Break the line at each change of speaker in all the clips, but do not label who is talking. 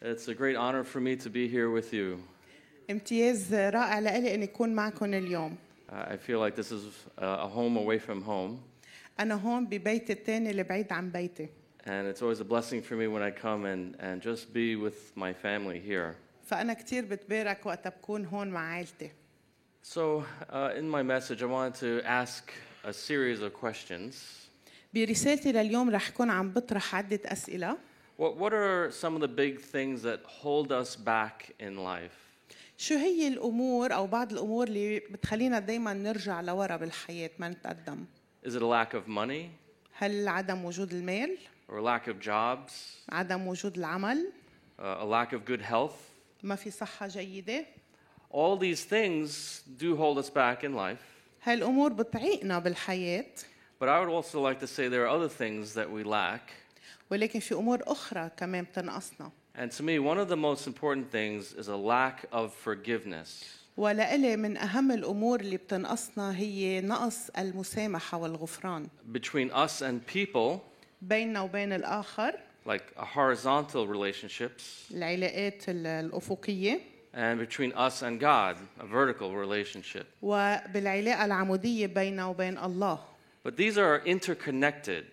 It's a great honor for me to be here with you.
امتياز رائع لإلي أن أكون معكم اليوم
I I feel like this is uh, a home away from home,
أنا هون ببيتي التاني اللي بعيد عن بيتي
and it's always a blessing for me when I come and, and just be with my family here.
فأنا كتير بتبارك وقت بكون هون مع عائلتي
So, uh, in my message, I wanted to ask a series of questions.
برسالتي لليوم رح كون عم بطرح عدة أسئلة
What, what are some of the big things that hold us back in life?
شو هي الأمور أو بعض الأمور اللي بتخلينا دايما نرجع لورا بالحياة ما نتقدم
Is it a lack of money,
هل عدم وجود المال
or lack of jobs,
عدم وجود العمل
uh, a lack of good health?
ما في صحة جيدة
All these things do hold us back in life.
هالأمور بتعيقنا بالحياة
But I would also like to say there are other things that we lack.
ولكن في أمور أخرى كمان بتنقصنا
And to me, one of the most important things is a lack of forgiveness.
ولإلي من أهم الأمور اللي بتنقصنا هي نقص المسامحة والغفران
Between us and people,
بيننا وبين الآخر
like a horizontal relationships,
العلاقات ال- الأفقية
and between us and God, a vertical relationship.
وبالعلاقة العمودية بيننا وبين الله
But these are interconnected.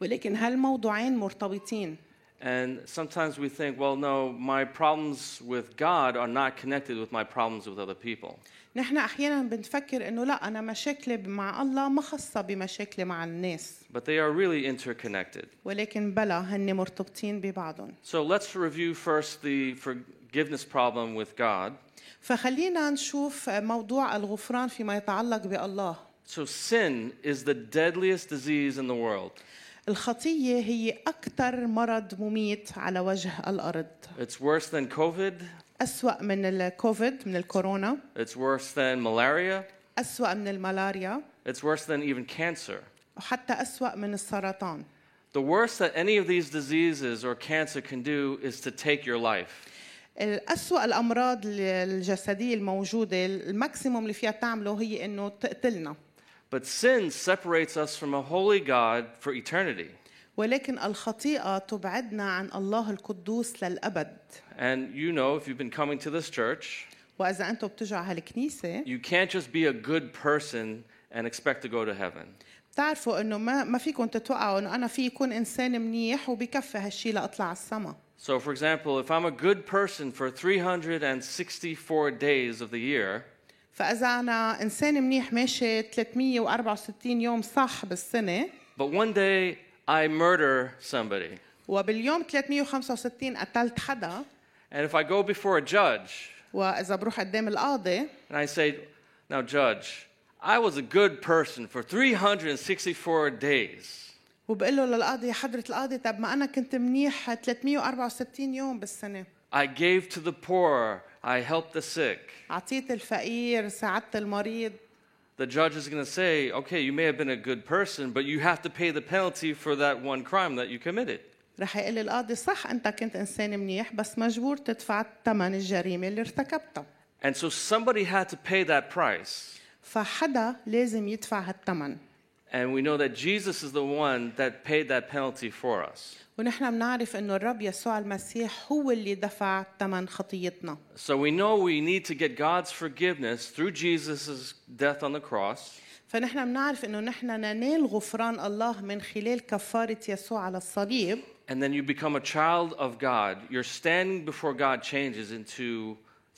ولكن هالموضوعين مرتبطين
And sometimes we think, well, no, my problems with God are not connected with my problems with other people.
نحن أحيانا بنفكر إنه لا أنا مشاكلي مع الله ما خاصة بمشاكلي مع الناس
But they are really interconnected.
ولكن بلا هن مرتبطين ببعضهم
So let's review first the forgiveness problem with God.
فخلينا نشوف موضوع الغفران فيما يتعلق بالله
So sin is the deadliest disease in the world.
الخطية هي أكثر مرض مميت على وجه الأرض
It's worse than COVID.
أسوأ من الكوفيد من الكورونا
It's worse than malaria.
أسوأ من الملاريا
It's worse than even cancer.
وحتى أسوأ من السرطان
The worst that any of these diseases or cancer can do is to take your life.
أسوأ الأمراض الجسدية الموجودة الماكسيموم اللي فيها تعمله هي إنه تقتلنا
But sin separates us from a holy God for eternity.
ولكن الخطيئة تبعدنا عن الله القدوس للأبد
And you know, if you've been coming to this church,
وإذا أنتم بتجوا على هالكنيسة
you can't just be a good person and expect to go to heaven.
بتعرفوا إنه ما ما فيكم تتوقعوا إنه أنا في يكون إنسان منيح وبكفي هالشي لأطلع على السما
So, for example, if I'm a good person for 364 days of the year,
فإذا أنا إنسان منيح ماشي 364 يوم صح بالسنة
But one day I murder somebody.
وباليوم 365 قتلت حدا
And if I go before a judge
وإذا بروح قدام القاضي
and I say, Now, judge, I was a good person for 364 days.
وبقول له للقاضي يا حضرة القاضي طب ما أنا كنت منيح 364 يوم بالسنة
I gave to the poor, I helped the sick.
أعطيت الفقير ساعدت المريض
The judge is going to say, Okay, you may have been a good person, but you have to pay the penalty for that one crime that you committed.
رح يقول لي القاضي صح أنت كنت إنسان منيح بس مجبور تدفع ثمن الجريمة اللي ارتكبتها
And so somebody had to pay that price.
فحدا لازم يدفع هالثمن
And we know that Jesus is the one that paid that penalty for us.
ونحن بنعرف انه الرب يسوع المسيح هو اللي دفع ثمن خطيتنا
So we know we need to get God's forgiveness through Jesus' death on the cross.
فنحن بنعرف انه نحن ننال غفران الله من خلال كفاره يسوع على الصليب
And then you become a child of God. Your standing before God changes into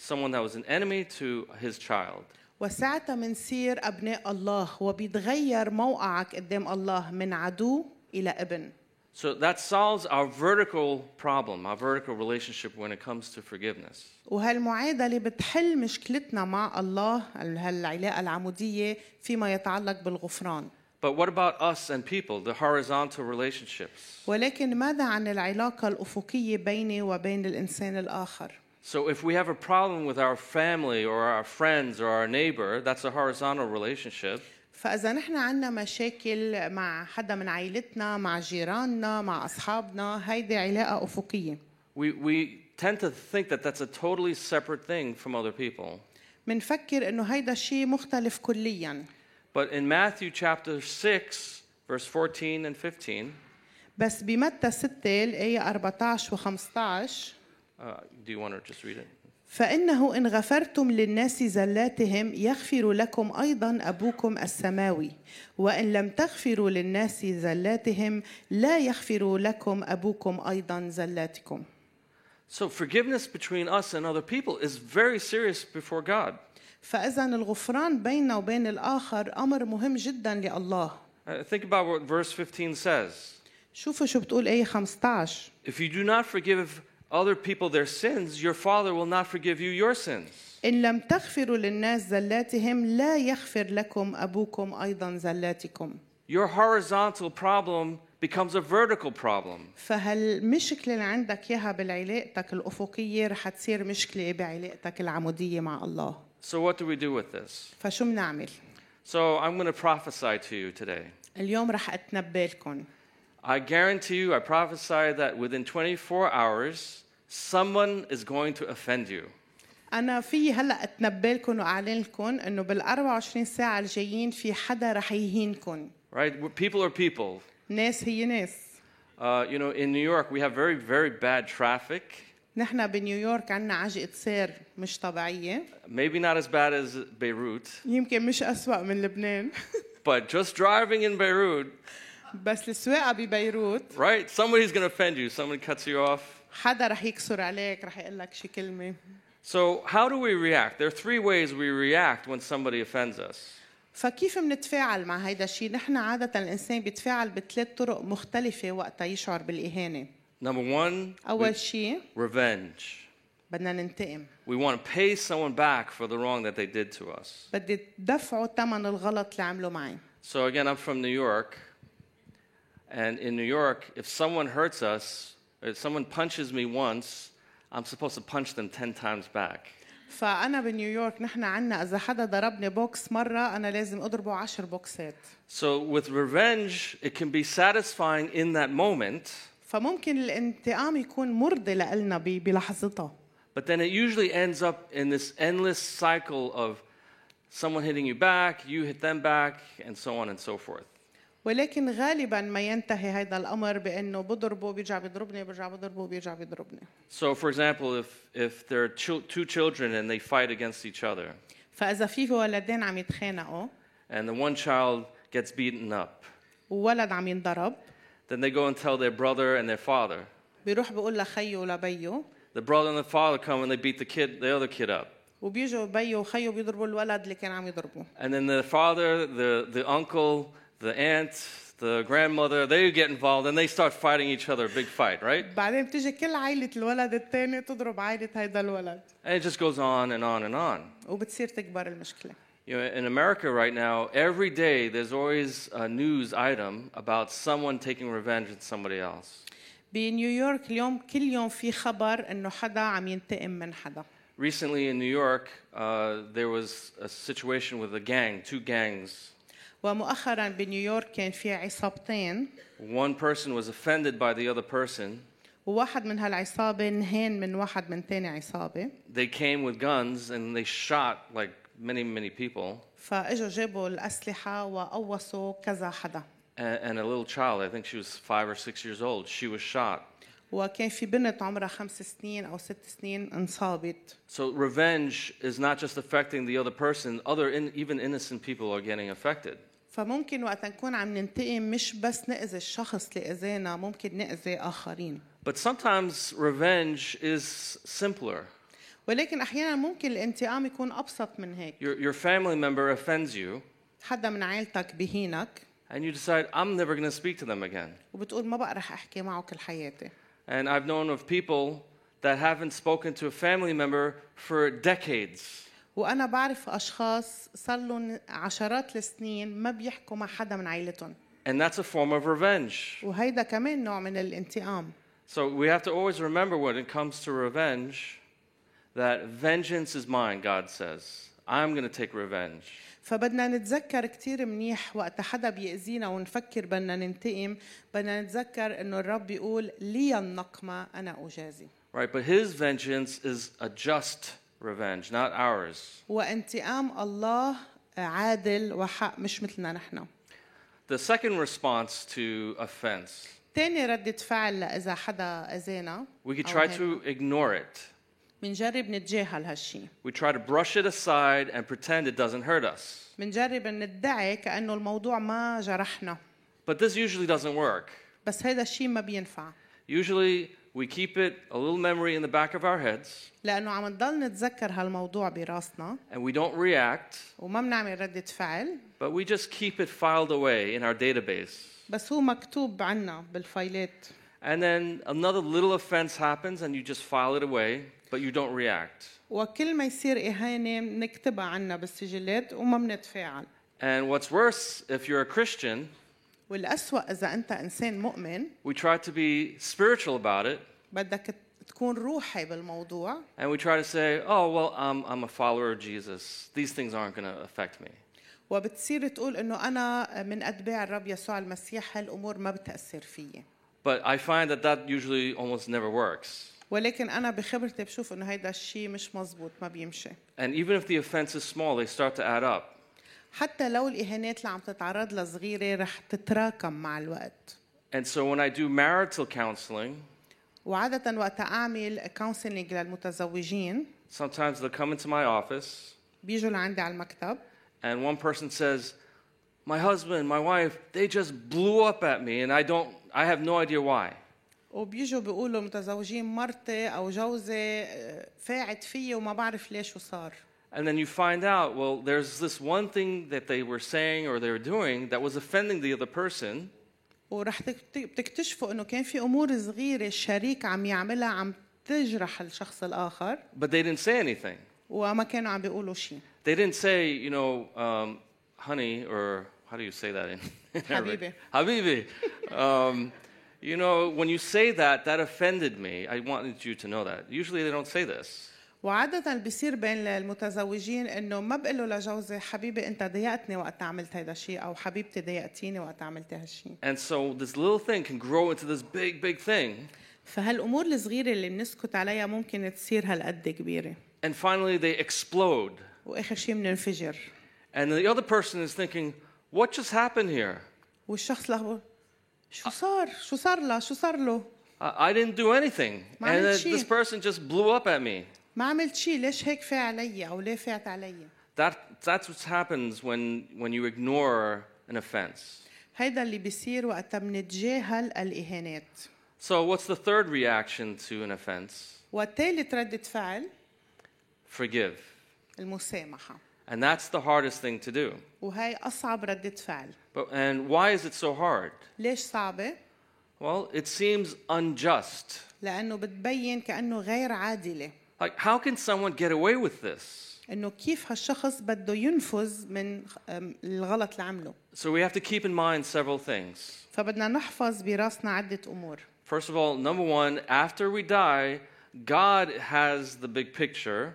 someone that was an enemy to his child.
وساعتها منصير ابناء الله وبيتغير موقعك قدام الله من عدو الى ابن
So that solves our vertical problem, our vertical relationship when it comes to forgiveness.
وهالمعادله بتحل مشكلتنا مع الله هالعلاقه العموديه فيما يتعلق بالغفران
But what about us and people, the horizontal relationships?
ولكن ماذا عن العلاقه الافقيه بيني وبين الانسان الاخر
So if we have a problem with our family or our friends or our neighbor, that's a horizontal relationship.
فإذا نحن عنا مشاكل مع حدا من عائلتنا مع جيراننا مع أصحابنا هيدي علاقة أفقية
We, we tend to think that that's a totally separate thing from other people.
منفكر إنه هيدا شيء مختلف كليا
But in Matthew chapter 6, verse 14 and 15,
بس بمتى 6 الآية 14 و15
Uh, do you want to just read it?
فإنه إن غفرتم للناس زلاتهم يغفر لكم أيضا أبوكم السماوي وإن لم تغفروا للناس زلاتهم لا يغفر لكم أبوكم أيضا زلاتكم
So, forgiveness between us and other people is very serious before God.
فإذا الغفران بيننا وبين الآخر أمر مهم جدا لله
Uh, think about what verse 15 says.
شوفوا شو بتقول آية 15
If you do not forgive other people their sins, your Father will not forgive you your sins.
إن لم تغفروا للناس زلاتهم لا يغفر لكم أبوكم أيضا زلاتكم
Your horizontal problem becomes a vertical problem.
فهالمشكلة اللي عندك إياها بالعلاقتك الأفقية رح تصير مشكلة بعلاقتك العمودية مع الله
So, what do we do with this?
فشو بنعمل؟
So, I'm going to prophesy to you today.
اليوم رح أتنبأ لكم
I guarantee you, I prophesy that within 24 hours, someone is going to offend you.
أنا فيي هلا أتنبأ لكم وأعلن لكم إنه بال 24 ساعة الجايين في حدا رح يهينكم،
Right? We're- People are people.
ناس هي ناس،
Uh, you know, in New York, we have very, very bad traffic.
نحن بنيويورك عنا عجقة سير مش طبيعية،
Maybe not as bad as Beirut,
يمكن مش أسوأ من لبنان،
but just driving in Beirut,
بس السواقة ببيروت
right? Somebody's going to offend you. Someone cuts you off.
حدا رح يكسر عليك، رح يقول لك شي كلمة،
So, how do we react? There are three ways we react when somebody offends us.
فكيف بنتفاعل مع هيدا الشيء؟ نحن عادة الإنسان بيتفاعل بثلاث طرق مختلفة وقتها يشعر بالإهانة،
Number one,
أول شيء
revenge.
بدنا ننتقم،
We want to pay someone back for the wrong that they did to us.
بدي تدفعوا ثمن الغلط اللي عمله معي،
So again, I'm from New York, and in New York, if someone hurts us, if someone punches me once, I'm supposed to punch them ten times back.
فأنا بنيويورك نحن عنا إذا حدا ضربني بوكس مرة أنا لازم أضربه عشر بوكسات
So with revenge, it can be satisfying in that moment,
فممكن الانتقام يكون مرضي لإلنا ب- بلحظتها
but then it usually ends up in this endless cycle of someone hitting you back, you hit them back, and so on and so forth.
ولكن غالبا ما ينتهي هذا الأمر بأنه بضربه بيرجع بيضربني برجع بضربه بيرجع بيضربني
So, for example, if, if there are chil- two children and they fight against each other,
فإذا في ولدين عم يتخانقوا
and the one child gets beaten up,
وولد عم ينضرب
Then they go and tell their brother and their father.
بيروح بيقول لخيه ولبيه
The brother and the father come and they beat the kid, the other kid up.
وبيجوا بيه وخيه بيضربوا الولد اللي كان عم يضربه
And then the father, the, the uncle, the aunt, the grandmother, they get involved and they start fighting each other, a big fight, right?
بعدين بتيجي كل عائلة الولد الثاني تضرب عائلة هيدا الولد
And it just goes on and on and on.
وبتصير تكبر المشكلة
You know, in America right now, every day there's always a news item about someone taking revenge on somebody else.
بنيويورك اليوم كل يوم في خبر انه حدا عم ينتقم من حدا
Recently in New York, uh, there was a situation with a gang, two gangs.
ومؤخرا بنيويورك كان في عصابتين
One person was offended by the other person,
وواحد من هالعصابة نهان من واحد من تاني عصابة
they came with guns and they shot like many many people
فاجوا جابوا الأسلحة وقوصوا كذا حدا
and, and a little child i think she was five or six years old she was shot
وكان في بنت عمرها خمس سنين أو ست سنين انصابت
so revenge is not just affecting the other person other in, even innocent people are getting affected
فممكن وقت نكون عم ننتقم مش بس نأذي الشخص اللي أذانا ممكن نأذي آخرين
but sometimes revenge is simpler
ولكن أحيانا ممكن الانتقام يكون أبسط من هيك
your, your family member offends you
حدا من عائلتك بهينك
and you decide i'm never going to speak to them again
وبتقول ما بقى رح احكي معه كل حياتي
and i've known of people that haven't spoken to a family member for decades
وانا بعرف اشخاص صار لهم عشرات السنين ما بيحكوا مع حدا من عائلتهم
and that's a form of revenge
وهيدا كمان نوع من الانتقام
So we have to always remember when it comes to revenge that vengeance is mine, God says. I'm going to take revenge.
فبدنا نتذكر كتير منيح وقت حدا بيأذينا ونفكر بدنا ننتقم بدنا نتذكر انه الرب بيقول لي النقمة انا اجازي
Right? But his vengeance is a just revenge, not ours.
وانتقام الله عادل وحق مش مثلنا نحن
The second response to offense
تاني ردة فعل إذا حدا أذانا
We could
أو
try
هيك.
to ignore it.
منجرب نتجاهل هالشي
We try to brush it aside and pretend it doesn't hurt us.
منجرب ندعي كأنه الموضوع ما جرحنا
But this usually doesn't work.
بس هذا الشيء ما بينفع
Usually, we keep it a little memory in the back of our heads
لأنه عم نضل نتذكر هالموضوع براسنا
and we don't react,
وما بنعمل ردة فعل
but we just keep it filed away in our database.
بس هو مكتوب عنا بالفايلات
And then another little offense happens and you just file it away, but you don't react.
وكل ما يصير إهانة بنكتبها عنا بالسجلات وما بنتفاعل
And what's worse, if you're a Christian,
والأسوأ إذا أنت إنسان مؤمن
we try to be spiritual about it
بدك تكون روحي بالموضوع
and we try to say, oh, well, I'm, I'm a follower of Jesus. These things aren't going to affect me.
وبتصير تقول انه انا من اتباع الرب يسوع المسيح هالامور ما بتاثر فيي
But I find that that usually almost never works.
ولكن انا بخبرتي بشوف انه هيدا الشيء مش مزبوط ما بيمشي
And even if the offense is small, they start to add up.
حتى لو الاهانات اللي عم تتعرض لها صغيره رح تتراكم مع الوقت
And so when I do marital counseling,
وعادة وقت أعمل كونسلنج للمتزوجين
sometimes they'll come into my office
بيجوا لعندي على المكتب
and one person says, "My husband, my wife, they just blew up at me and I don't I have no idea why."
وبيجوا بيقولوا متزوجين مرتي أو جوزي آه، فاعت فيي وما بعرف ليش وصار
And then you find out, well, there's this one thing that they were saying or they were doing that was offending the other person,
ورح تكت- بتكتشفوا انه كان في امور صغيره الشريك عم يعملها عم تجرح الشخص الاخر
but they didn't say anything.
وما كانوا عم بيقولوا شيء
They didn't say, you know, um, honey, or how do you say that in? in Arabic? Habibi. Um, you know, when you say that, that offended me. I wanted you to know that. Usually they don't say this.
وعادة اللي بيصير بين المتزوجين انه ما بقول له لجوزي حبيبي انت ضايقتني وقت عملت هيدا الشيء او حبيبتي ضايقتيني وقت عملت هالشيء
And so this little thing can grow into this big, big thing.
فهالامور الصغيره اللي بنسكت عليها ممكن تصير هالقد كبيره
And finally they explode.
واخر شيء بننفجر
And the other person is thinking, what just happened here?
والشخص لهو شو صار شو صار له شو صار له
I, I didn't do anything. and
ما عملت
uh,
شي.
this person just blew up at me.
ما عملت شيء ليش هيك فاع علي او ليه فعت علي
That, that's what happens when, when you ignore an offense.
هيدا اللي بيصير وقتا منتجاهل الإهانات
So, what's the third reaction to an offense?
وتالت ردة فعل
Forgive.
المسامحة
And that's the hardest thing to do.
وهي أصعب ردة فعل
But, and why is it so hard?
ليش صعبة؟
Well, it seems unjust.
لأنه بتبين كأنه غير عادلة
Like, how can someone get away with this?
إنه كيف هالشخص بده ينفذ من خ- أم، الغلط اللي عمله
So, we have to keep in mind several things.
فبدنا نحفظ براسنا عدة أمور
First of all, number one, after we die, God has the big picture,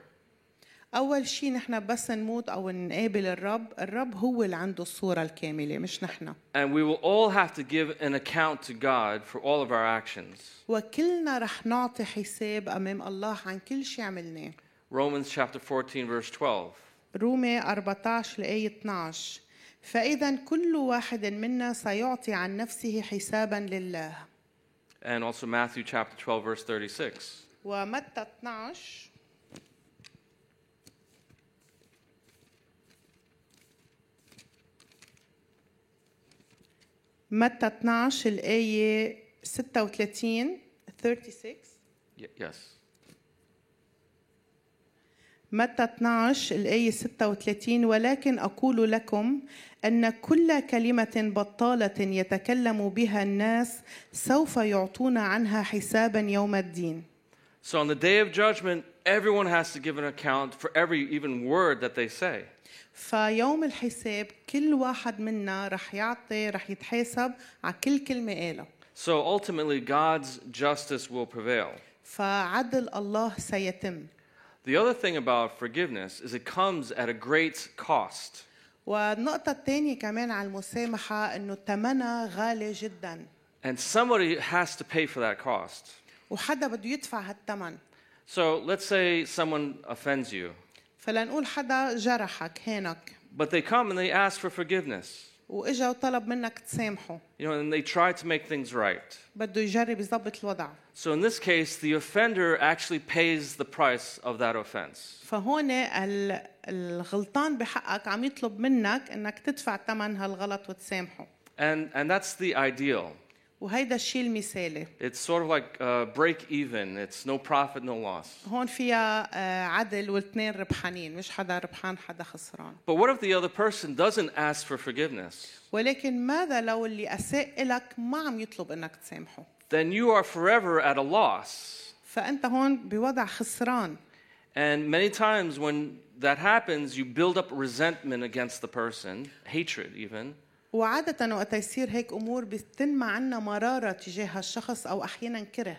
أول شيء نحن بس نموت أو نقابل الرب الرب هو اللي عنده الصورة الكاملة مش نحن
and we will all have to give an account to God for all of our actions.
وكلنا رح نعطي حساب أمام الله عن كل شيء عملناه
Romans chapter 14, verse 12.
رومي 14 لآية 12 فإذا كل واحد منا سيعطي عن نفسه حسابا لله
and also Matthew chapter 12, verse 36.
ومتى 12 متى 12 الآية 36 36
Y- yes.
متى 12 الآية 36 ولكن أقول لكم أن كل كلمة بطالة يتكلم بها الناس سوف يعطون عنها حسابا يوم الدين
So on the day of judgment, everyone has to give an account for every even word that they say.
فيوم الحساب كل واحد منا رح يعطي رح يتحاسب على كل كلمة قالها
So ultimately, God's justice will prevail.
فعدل الله سيتم
The other thing about forgiveness is it comes at a great cost.
والنقطة الثانية كمان على المسامحة أنه ثمنها غالي جدا
And somebody has to pay for that cost.
وحدا بده يدفع هالثمن
So let's say someone offends you,
فلنقول حدا جرحك هانك
but they come and they ask for forgiveness.
واجا وطلب منك تسامحه
You know, and they try to make things right.
بده يجرب يظبط الوضع
So in this case, the offender actually pays the price of that offense.
فهون ال- الغلطان بحقك عم يطلب منك انك تدفع ثمن هالغلط وتسامحه
And, and that's the ideal.
وهيدا الشيء المثالي
It's sort of like uh, break even. It's no profit, no loss.
هون فيها آه، عدل والاثنين ربحانين مش حدا ربحان حدا خسران
But what if the other person doesn't ask for forgiveness?
ولكن ماذا لو اللي اساء لك ما عم يطلب انك تسامحه
Then you are forever at a loss.
فانت هون بوضع خسران
And many times when that happens, you build up resentment against the person, hatred even.
وعادة وقت يصير هيك أمور بتنمى عنا مرارة تجاه الشخص أو أحيانا كره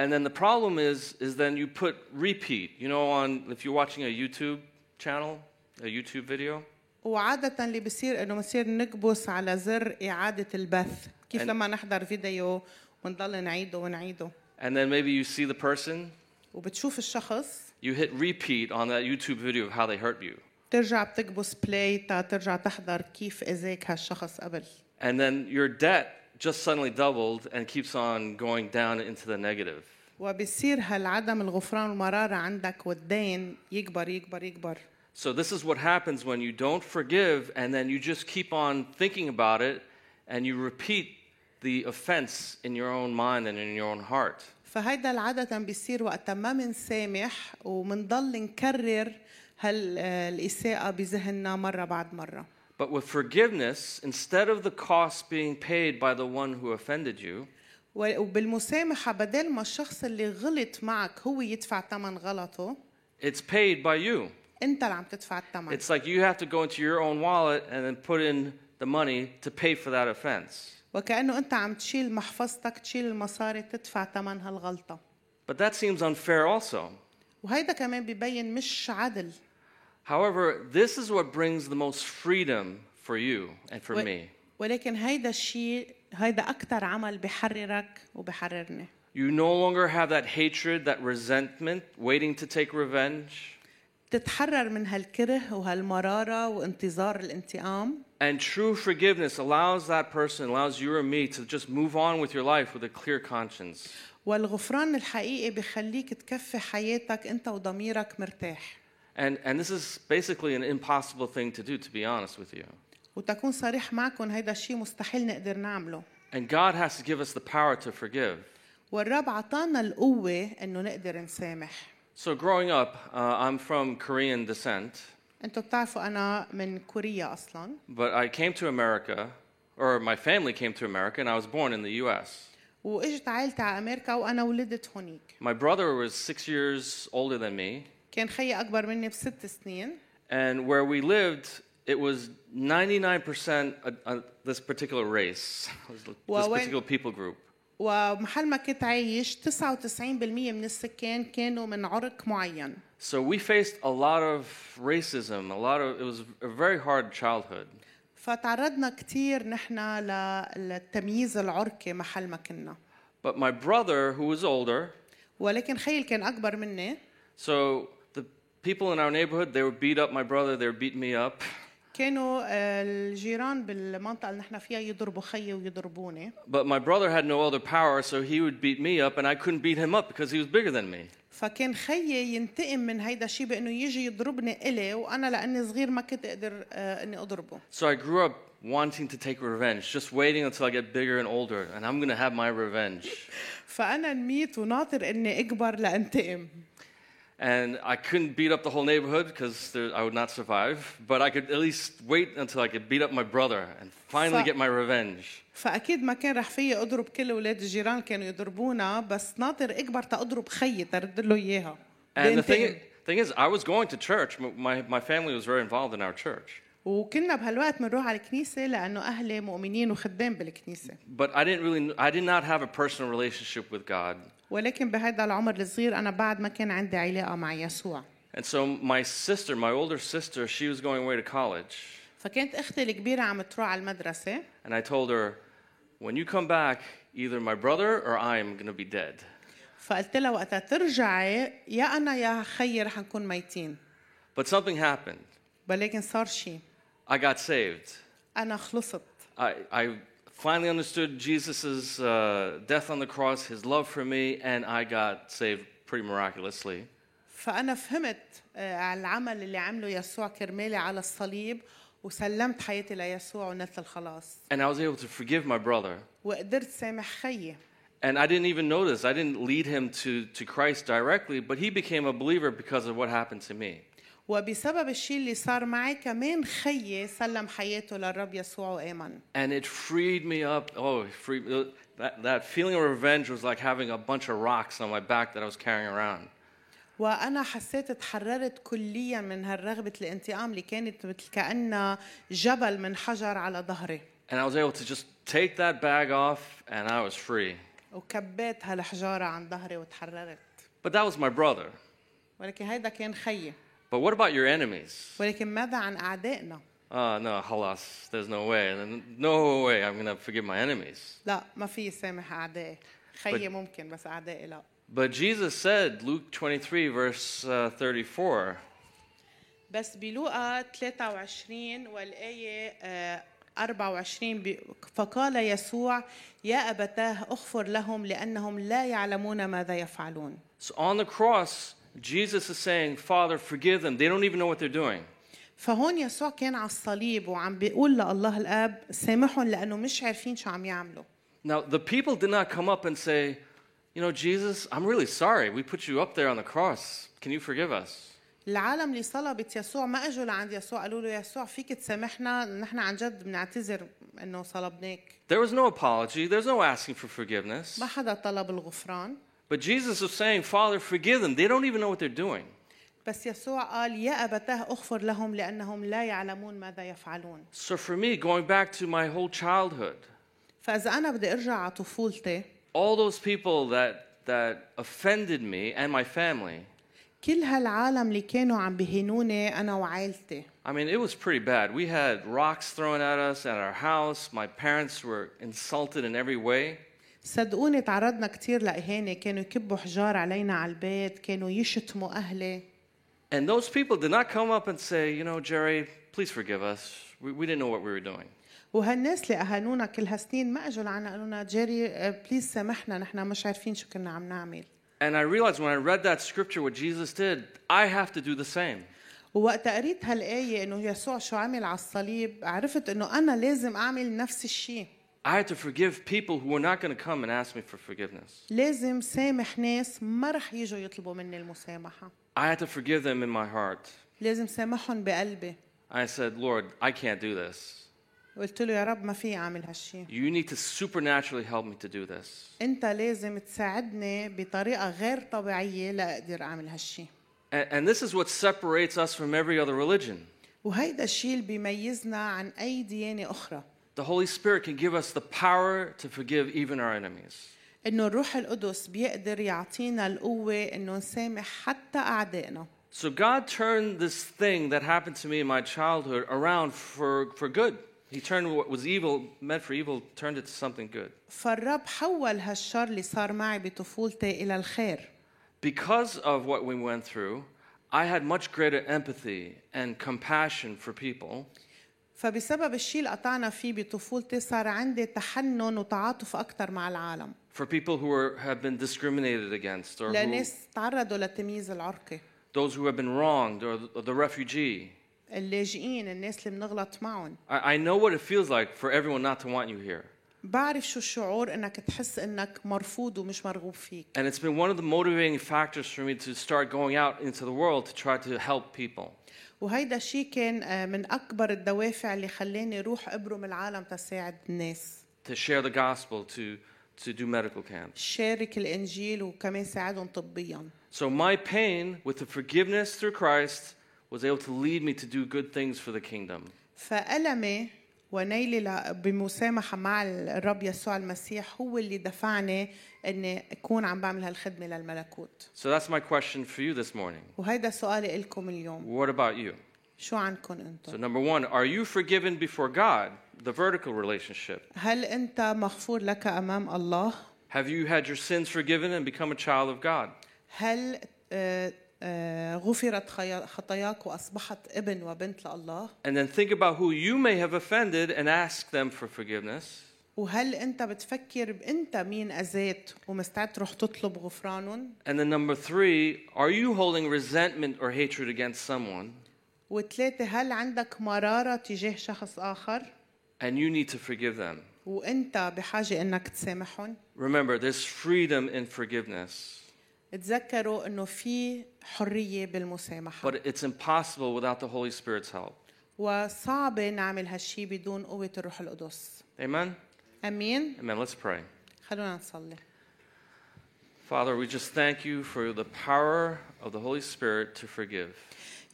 And then the problem is, is then you put repeat. You know, on if you're watching a YouTube channel, a YouTube video,
وعادة اللي بصير إنه بنصير نكبس على زر إعادة البث كيف
أنا-
لما نحضر فيديو ونضل نعيده ونعيده
and then maybe you see the person,
وبتشوف الشخص
you hit repeat on that YouTube video of how they hurt you.
ترجع بتكبس بلاي تا ترجع تحضر كيف إذاك هالشخص قبل
And then your debt just suddenly doubled and keeps on going down into the negative.
وبصير هالعدم الغفران والمرارة عندك والدين يكبر يكبر يكبر
So this is what happens when you don't forgive and then you just keep on thinking about it and you repeat the offense in your own mind and in your own heart.
فهيدا العادة بيصير وقتا ما منسامح ومنضل نكرر هالإساءة بذهننا مرة بعد مرة
But with forgiveness, instead of the cost being paid by the one who offended you,
و- وبالمسامحة بدل ما الشخص اللي غلط معك هو يدفع ثمن غلطه
it's paid by you.
انت اللي عم تدفع الثمن
It's like you have to go into your own wallet and then put in the money to pay for that offense.
وكأنه انت عم تشيل محفظتك تشيل المصاري تدفع ثمن هالغلطة
But that seems unfair also.
وهيدا كمان ببين مش عدل
However, this is what brings the most freedom for you and for
و-
me.
ولكن هيدا الشيء هيدا أكتر عمل بحررك وبحررني
You no longer have that hatred, that resentment, waiting to take revenge.
تتحرر من هالكره وهالمرارة وانتظار الانتقام
And true forgiveness allows that person, allows you or me to just move on with your life with a clear conscience.
والغفران الحقيقي بخليك تكفي حياتك انت وضميرك مرتاح
And, and this is basically an impossible thing to do, to be honest with you.
وتكون صريح معكم هيدا الشيء مستحيل نقدر نعمله
And God has to give us the power to forgive.
والرب عطانا القوة انه نقدر نسامح
So, growing up, uh, I'm from Korean descent,
انتوا بتعرفوا انا من كوريا اصلا
but I came to America, or my family came to America, and I was born in the US.
واجت عائلتي على امريكا وانا ولدت هونيك
My brother was six years older than me,
كان خيي اكبر مني بست سنين
and where we lived, it was 99% a, a, this particular race, this
Well, when-
particular people group.
ومحل ما كنت عايش 99% من السكان كانوا من عرق معين
So we faced a lot of racism, a lot of, it was a very hard childhood.
فتعرضنا كثير نحن لل- للتمييز العرقي محل ما كنا
But my brother, who was older,
ولكن خيي اللي كان اكبر مني
so the people in our neighborhood, they would beat up my brother, they would beat me up.
كانوا آه، الجيران بالمنطقه اللي نحن فيها يضربوا خيي ويضربوني
But my brother had no other power, so he would beat me up, and I couldn't beat him up because he was bigger than me.
فكان خيي ينتقم من هيدا الشيء بانه يجي يضربني الي وانا لاني صغير ما كنت اقدر آه، اني اضربه
So I grew up wanting to take revenge, just waiting until I get bigger and older, and I'm gonna have my revenge.
فانا نميت وناطر اني اكبر لانتقم
And I couldn't beat up the whole neighborhood because I would not survive, but I could at least wait until I could beat up my brother and finally
Fuck.
get my revenge.
فاكيد ما كان رح فيي اضرب كل اولاد الجيران كانوا يضربونا بس ناطر اكبر تاضرب خيي ترد له اياها
And the
بينتقم.
thing, thing is, I was going to church. M- My, my family was very involved in our church,
وكنا بهالوقت بنروح على الكنيسه لانه اهلي مؤمنين وخدام بالكنيسه
but I didn't really, I did not have a personal relationship with God.
ولكن بهذا العمر الصغير انا بعد ما كان عندي علاقه مع يسوع
And so my sister, my older sister, she was going away to college.
فكانت اختي الكبيره عم تروح على المدرسه
And I told her, when you come back, either my brother or I am going to be dead.
فقلت لها وقتها ترجعي يا انا يا خيي رح نكون ميتين
But something happened.
ولكن صار شيء
I got saved.
أنا خلصت
I, I finally understood Jesus' uh, death on the cross, his love for me, and I got saved pretty miraculously.
فأنا فهمت آه، على العمل اللي عمله يسوع كرمالي على الصليب وسلمت حياتي ليسوع ونلت الخلاص
And I was able to forgive my brother.
وقدرت سامح خيي
And I didn't even notice, I didn't lead him to, to Christ directly, but he became a believer because of what happened to me.
وبسبب الشيء اللي صار معي كمان خيي سلم حياته للرب يسوع وآمن
And it freed me up. Oh, it freed, that, that feeling of revenge was like having a bunch of rocks on my back that I was carrying around.
وأنا حسيت اتحررت كليا من هالرغبة الانتقام اللي كانت مثل كأنها جبل من حجر على ظهري
And I was able to just take that bag off, and I was free.
وكبيت هالحجارة عن ظهري وتحررت
But that was my brother.
ولكن هيدا كان خيي
But what about your enemies?
ولكن ماذا عن أعدائنا؟
Uh, no, halas, there's no way. And No way I'm going to forgive my enemies.
لا ما في سامح أعدائي خيي
But-
ممكن بس أعدائي لا
But Jesus said, Luke 23, verse uh, 34,
بس بلوقا 23 والآية آه، 24 بي- فقال يسوع يا أبتاه اغفر لهم لأنهم لا يعلمون ماذا يفعلون
So on the cross, Jesus is saying, Father, forgive them. They don't even know what they're doing.
فهون يسوع كان على الصليب وعم بيقول لله الاب سامحهم لانه مش عارفين شو عم يعملوا
Now, the people did not come up and say, You know, Jesus, I'm really sorry. We put you up there on the cross. Can you forgive us?
العالم اللي صلبت يسوع ما اجوا لعند يسوع قالوا له يسوع فيك تسامحنا نحن عن جد بنعتذر انه صلبناك
There was no apology, there's no asking for forgiveness.
ما حدا طلب الغفران
But Jesus was saying, Father, forgive them. They don't even know what they're doing.
بس يسوع قال يا ابتاه اغفر لهم لانهم لا يعلمون ماذا يفعلون
So for me, going back to my whole childhood,
فاذا انا بدي ارجع على طفولتي
all those people that, that offended me and my family,
كل هالعالم اللي كانوا عم بيهينوني انا وعائلتي
I mean, it was pretty bad. We had rocks thrown at us at our house. My parents were insulted in every way.
صدقوني تعرضنا كتير لإهانة كانوا يكبوا حجار علينا على البيت كانوا يشتموا أهلي
And those people did not come up and say, you know, Jerry, please forgive us. We, we didn't know what we were doing.
وهالناس اللي أهانونا كل هالسنين ما أجوا لعنا قالوا لنا جيري آه، بليز سامحنا نحن مش عارفين شو كنا عم نعمل
And I realized when I read that scripture, what Jesus did, I have to do the same.
ووقت قريت هالآية إنه يسوع شو عمل على الصليب عرفت إنه أنا لازم أعمل نفس الشيء
I had to forgive people who were not going to come and ask me for forgiveness.
لازم سامح ناس ما رح يجوا يطلبوا مني المسامحة
I had to forgive them in my heart.
لازم سامحهم بقلبي
I said, Lord, I can't do this.
قلت له يا رب ما في أعمل هالشيء
You need to supernaturally help me to do this.
انت لازم تساعدني بطريقه غير طبيعيه لاقدر اعمل هالشي
And, and this is what separates us from every other religion.
وهيدا الشيء اللي بيميزنا عن اي ديانه اخرى
The Holy Spirit can give us the power to forgive even our enemies.
انه الروح القدس بيقدر يعطينا القوه انه نسامح حتى اعدائنا
So God turned this thing that happened to me in my childhood around for, for good. He turned what was evil, meant for evil, turned it to something good.
فالرب حول هالشر اللي صار معي بطفولتي الى الخير
Because of what we went through, I had much greater empathy and compassion for people.
فبسبب الشيء اللي قطعنا فيه بطفولتي صار عندي تحنن وتعاطف اكثر مع العالم
For people who are, have been discriminated against, or who,
لناس تعرضوا للتمييز العرقي
those who have been wronged, or the, the refugee.
اللاجئين الناس اللي بنغلط معهم
I, I know what it feels like for everyone not to want you here.
بعرف شو الشعور انك تحس انك مرفوض ومش مرغوب فيك
And it's been one of the motivating factors for me to start going out into the world to try to help people.
وهيدا الشيء كان آه، من اكبر الدوافع اللي خلاني روح ابرم العالم تساعد الناس
to share the gospel, to, to do medical camps.
شارك الانجيل وكمان ساعدهم طبيا
So my pain with the forgiveness through Christ was able to lead me to do good things for the kingdom.
فألمي ونيلي ل- بمسامحة مع الرب يسوع المسيح هو اللي دفعني اني اكون عم بعمل هالخدمة للملكوت
So that's my question for you this morning.
وهيدا سؤالي إلكم اليوم
What about you?
شو عنكم
So
انتم
number one, are you forgiven before God, the vertical relationship?
هل انت مغفور لك امام الله
Have you had your sins forgiven and become a child of God?
هل آه، آه، غفرت خيا- خطاياك وأصبحت ابن وبنت لله
And then think about who you may have offended and ask them for forgiveness.
وهل أنت بتفكر أنت مين أذيت ومستعد تروح تطلب غفرانهم
And then number three, are you holding resentment or hatred against someone
وثلاثة هل عندك مرارة تجاه شخص آخر
and you need to forgive them?
وأنت بحاجة أنك تسامحهم
Remember, there's freedom in forgiveness,
تذكروا أنه في حرية بالمسامحة
but it's impossible without the Holy Spirit's help.
وصعب نعمل هالشي بدون قوة الروح القدس
Amen?
أمين
Amen. Let's pray.
خلونا نصلي
Father, we just thank you for the power of the Holy Spirit to forgive.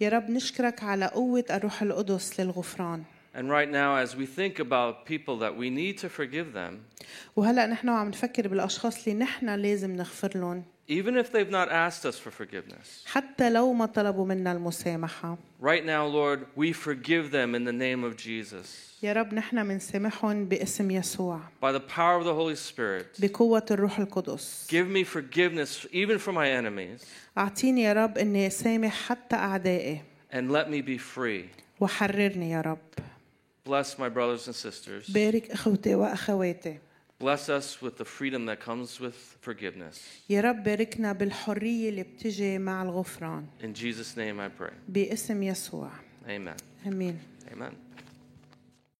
يا رب نشكرك على قوة الروح القدس للغفران
And right now, as we think about people that we need to forgive them,
وهلا نحن عم نفكر بالاشخاص اللي نحن لازم نغفر لهم
even if they've not asked us for forgiveness,
حتى لو ما طلبوا منا المسامحه
right now, Lord, we forgive them in the name of Jesus.
يا رب نحن منسامحهم باسم يسوع
By the power of the Holy Spirit,
بقوة الروح القدس
give me forgiveness even for my enemies,
أعطيني يا رب أني سامح حتى أعدائي
and let me be free.
وحررني يا رب
Bless my brothers and sisters.
بارك أخوتي وأخواتي
Bless us with the freedom that comes with forgiveness.
يا رب باركنا بالحرية اللي بتجي مع الغفران
In Jesus' name I pray.
باسم يسوع
Amen.
أمين
Amen.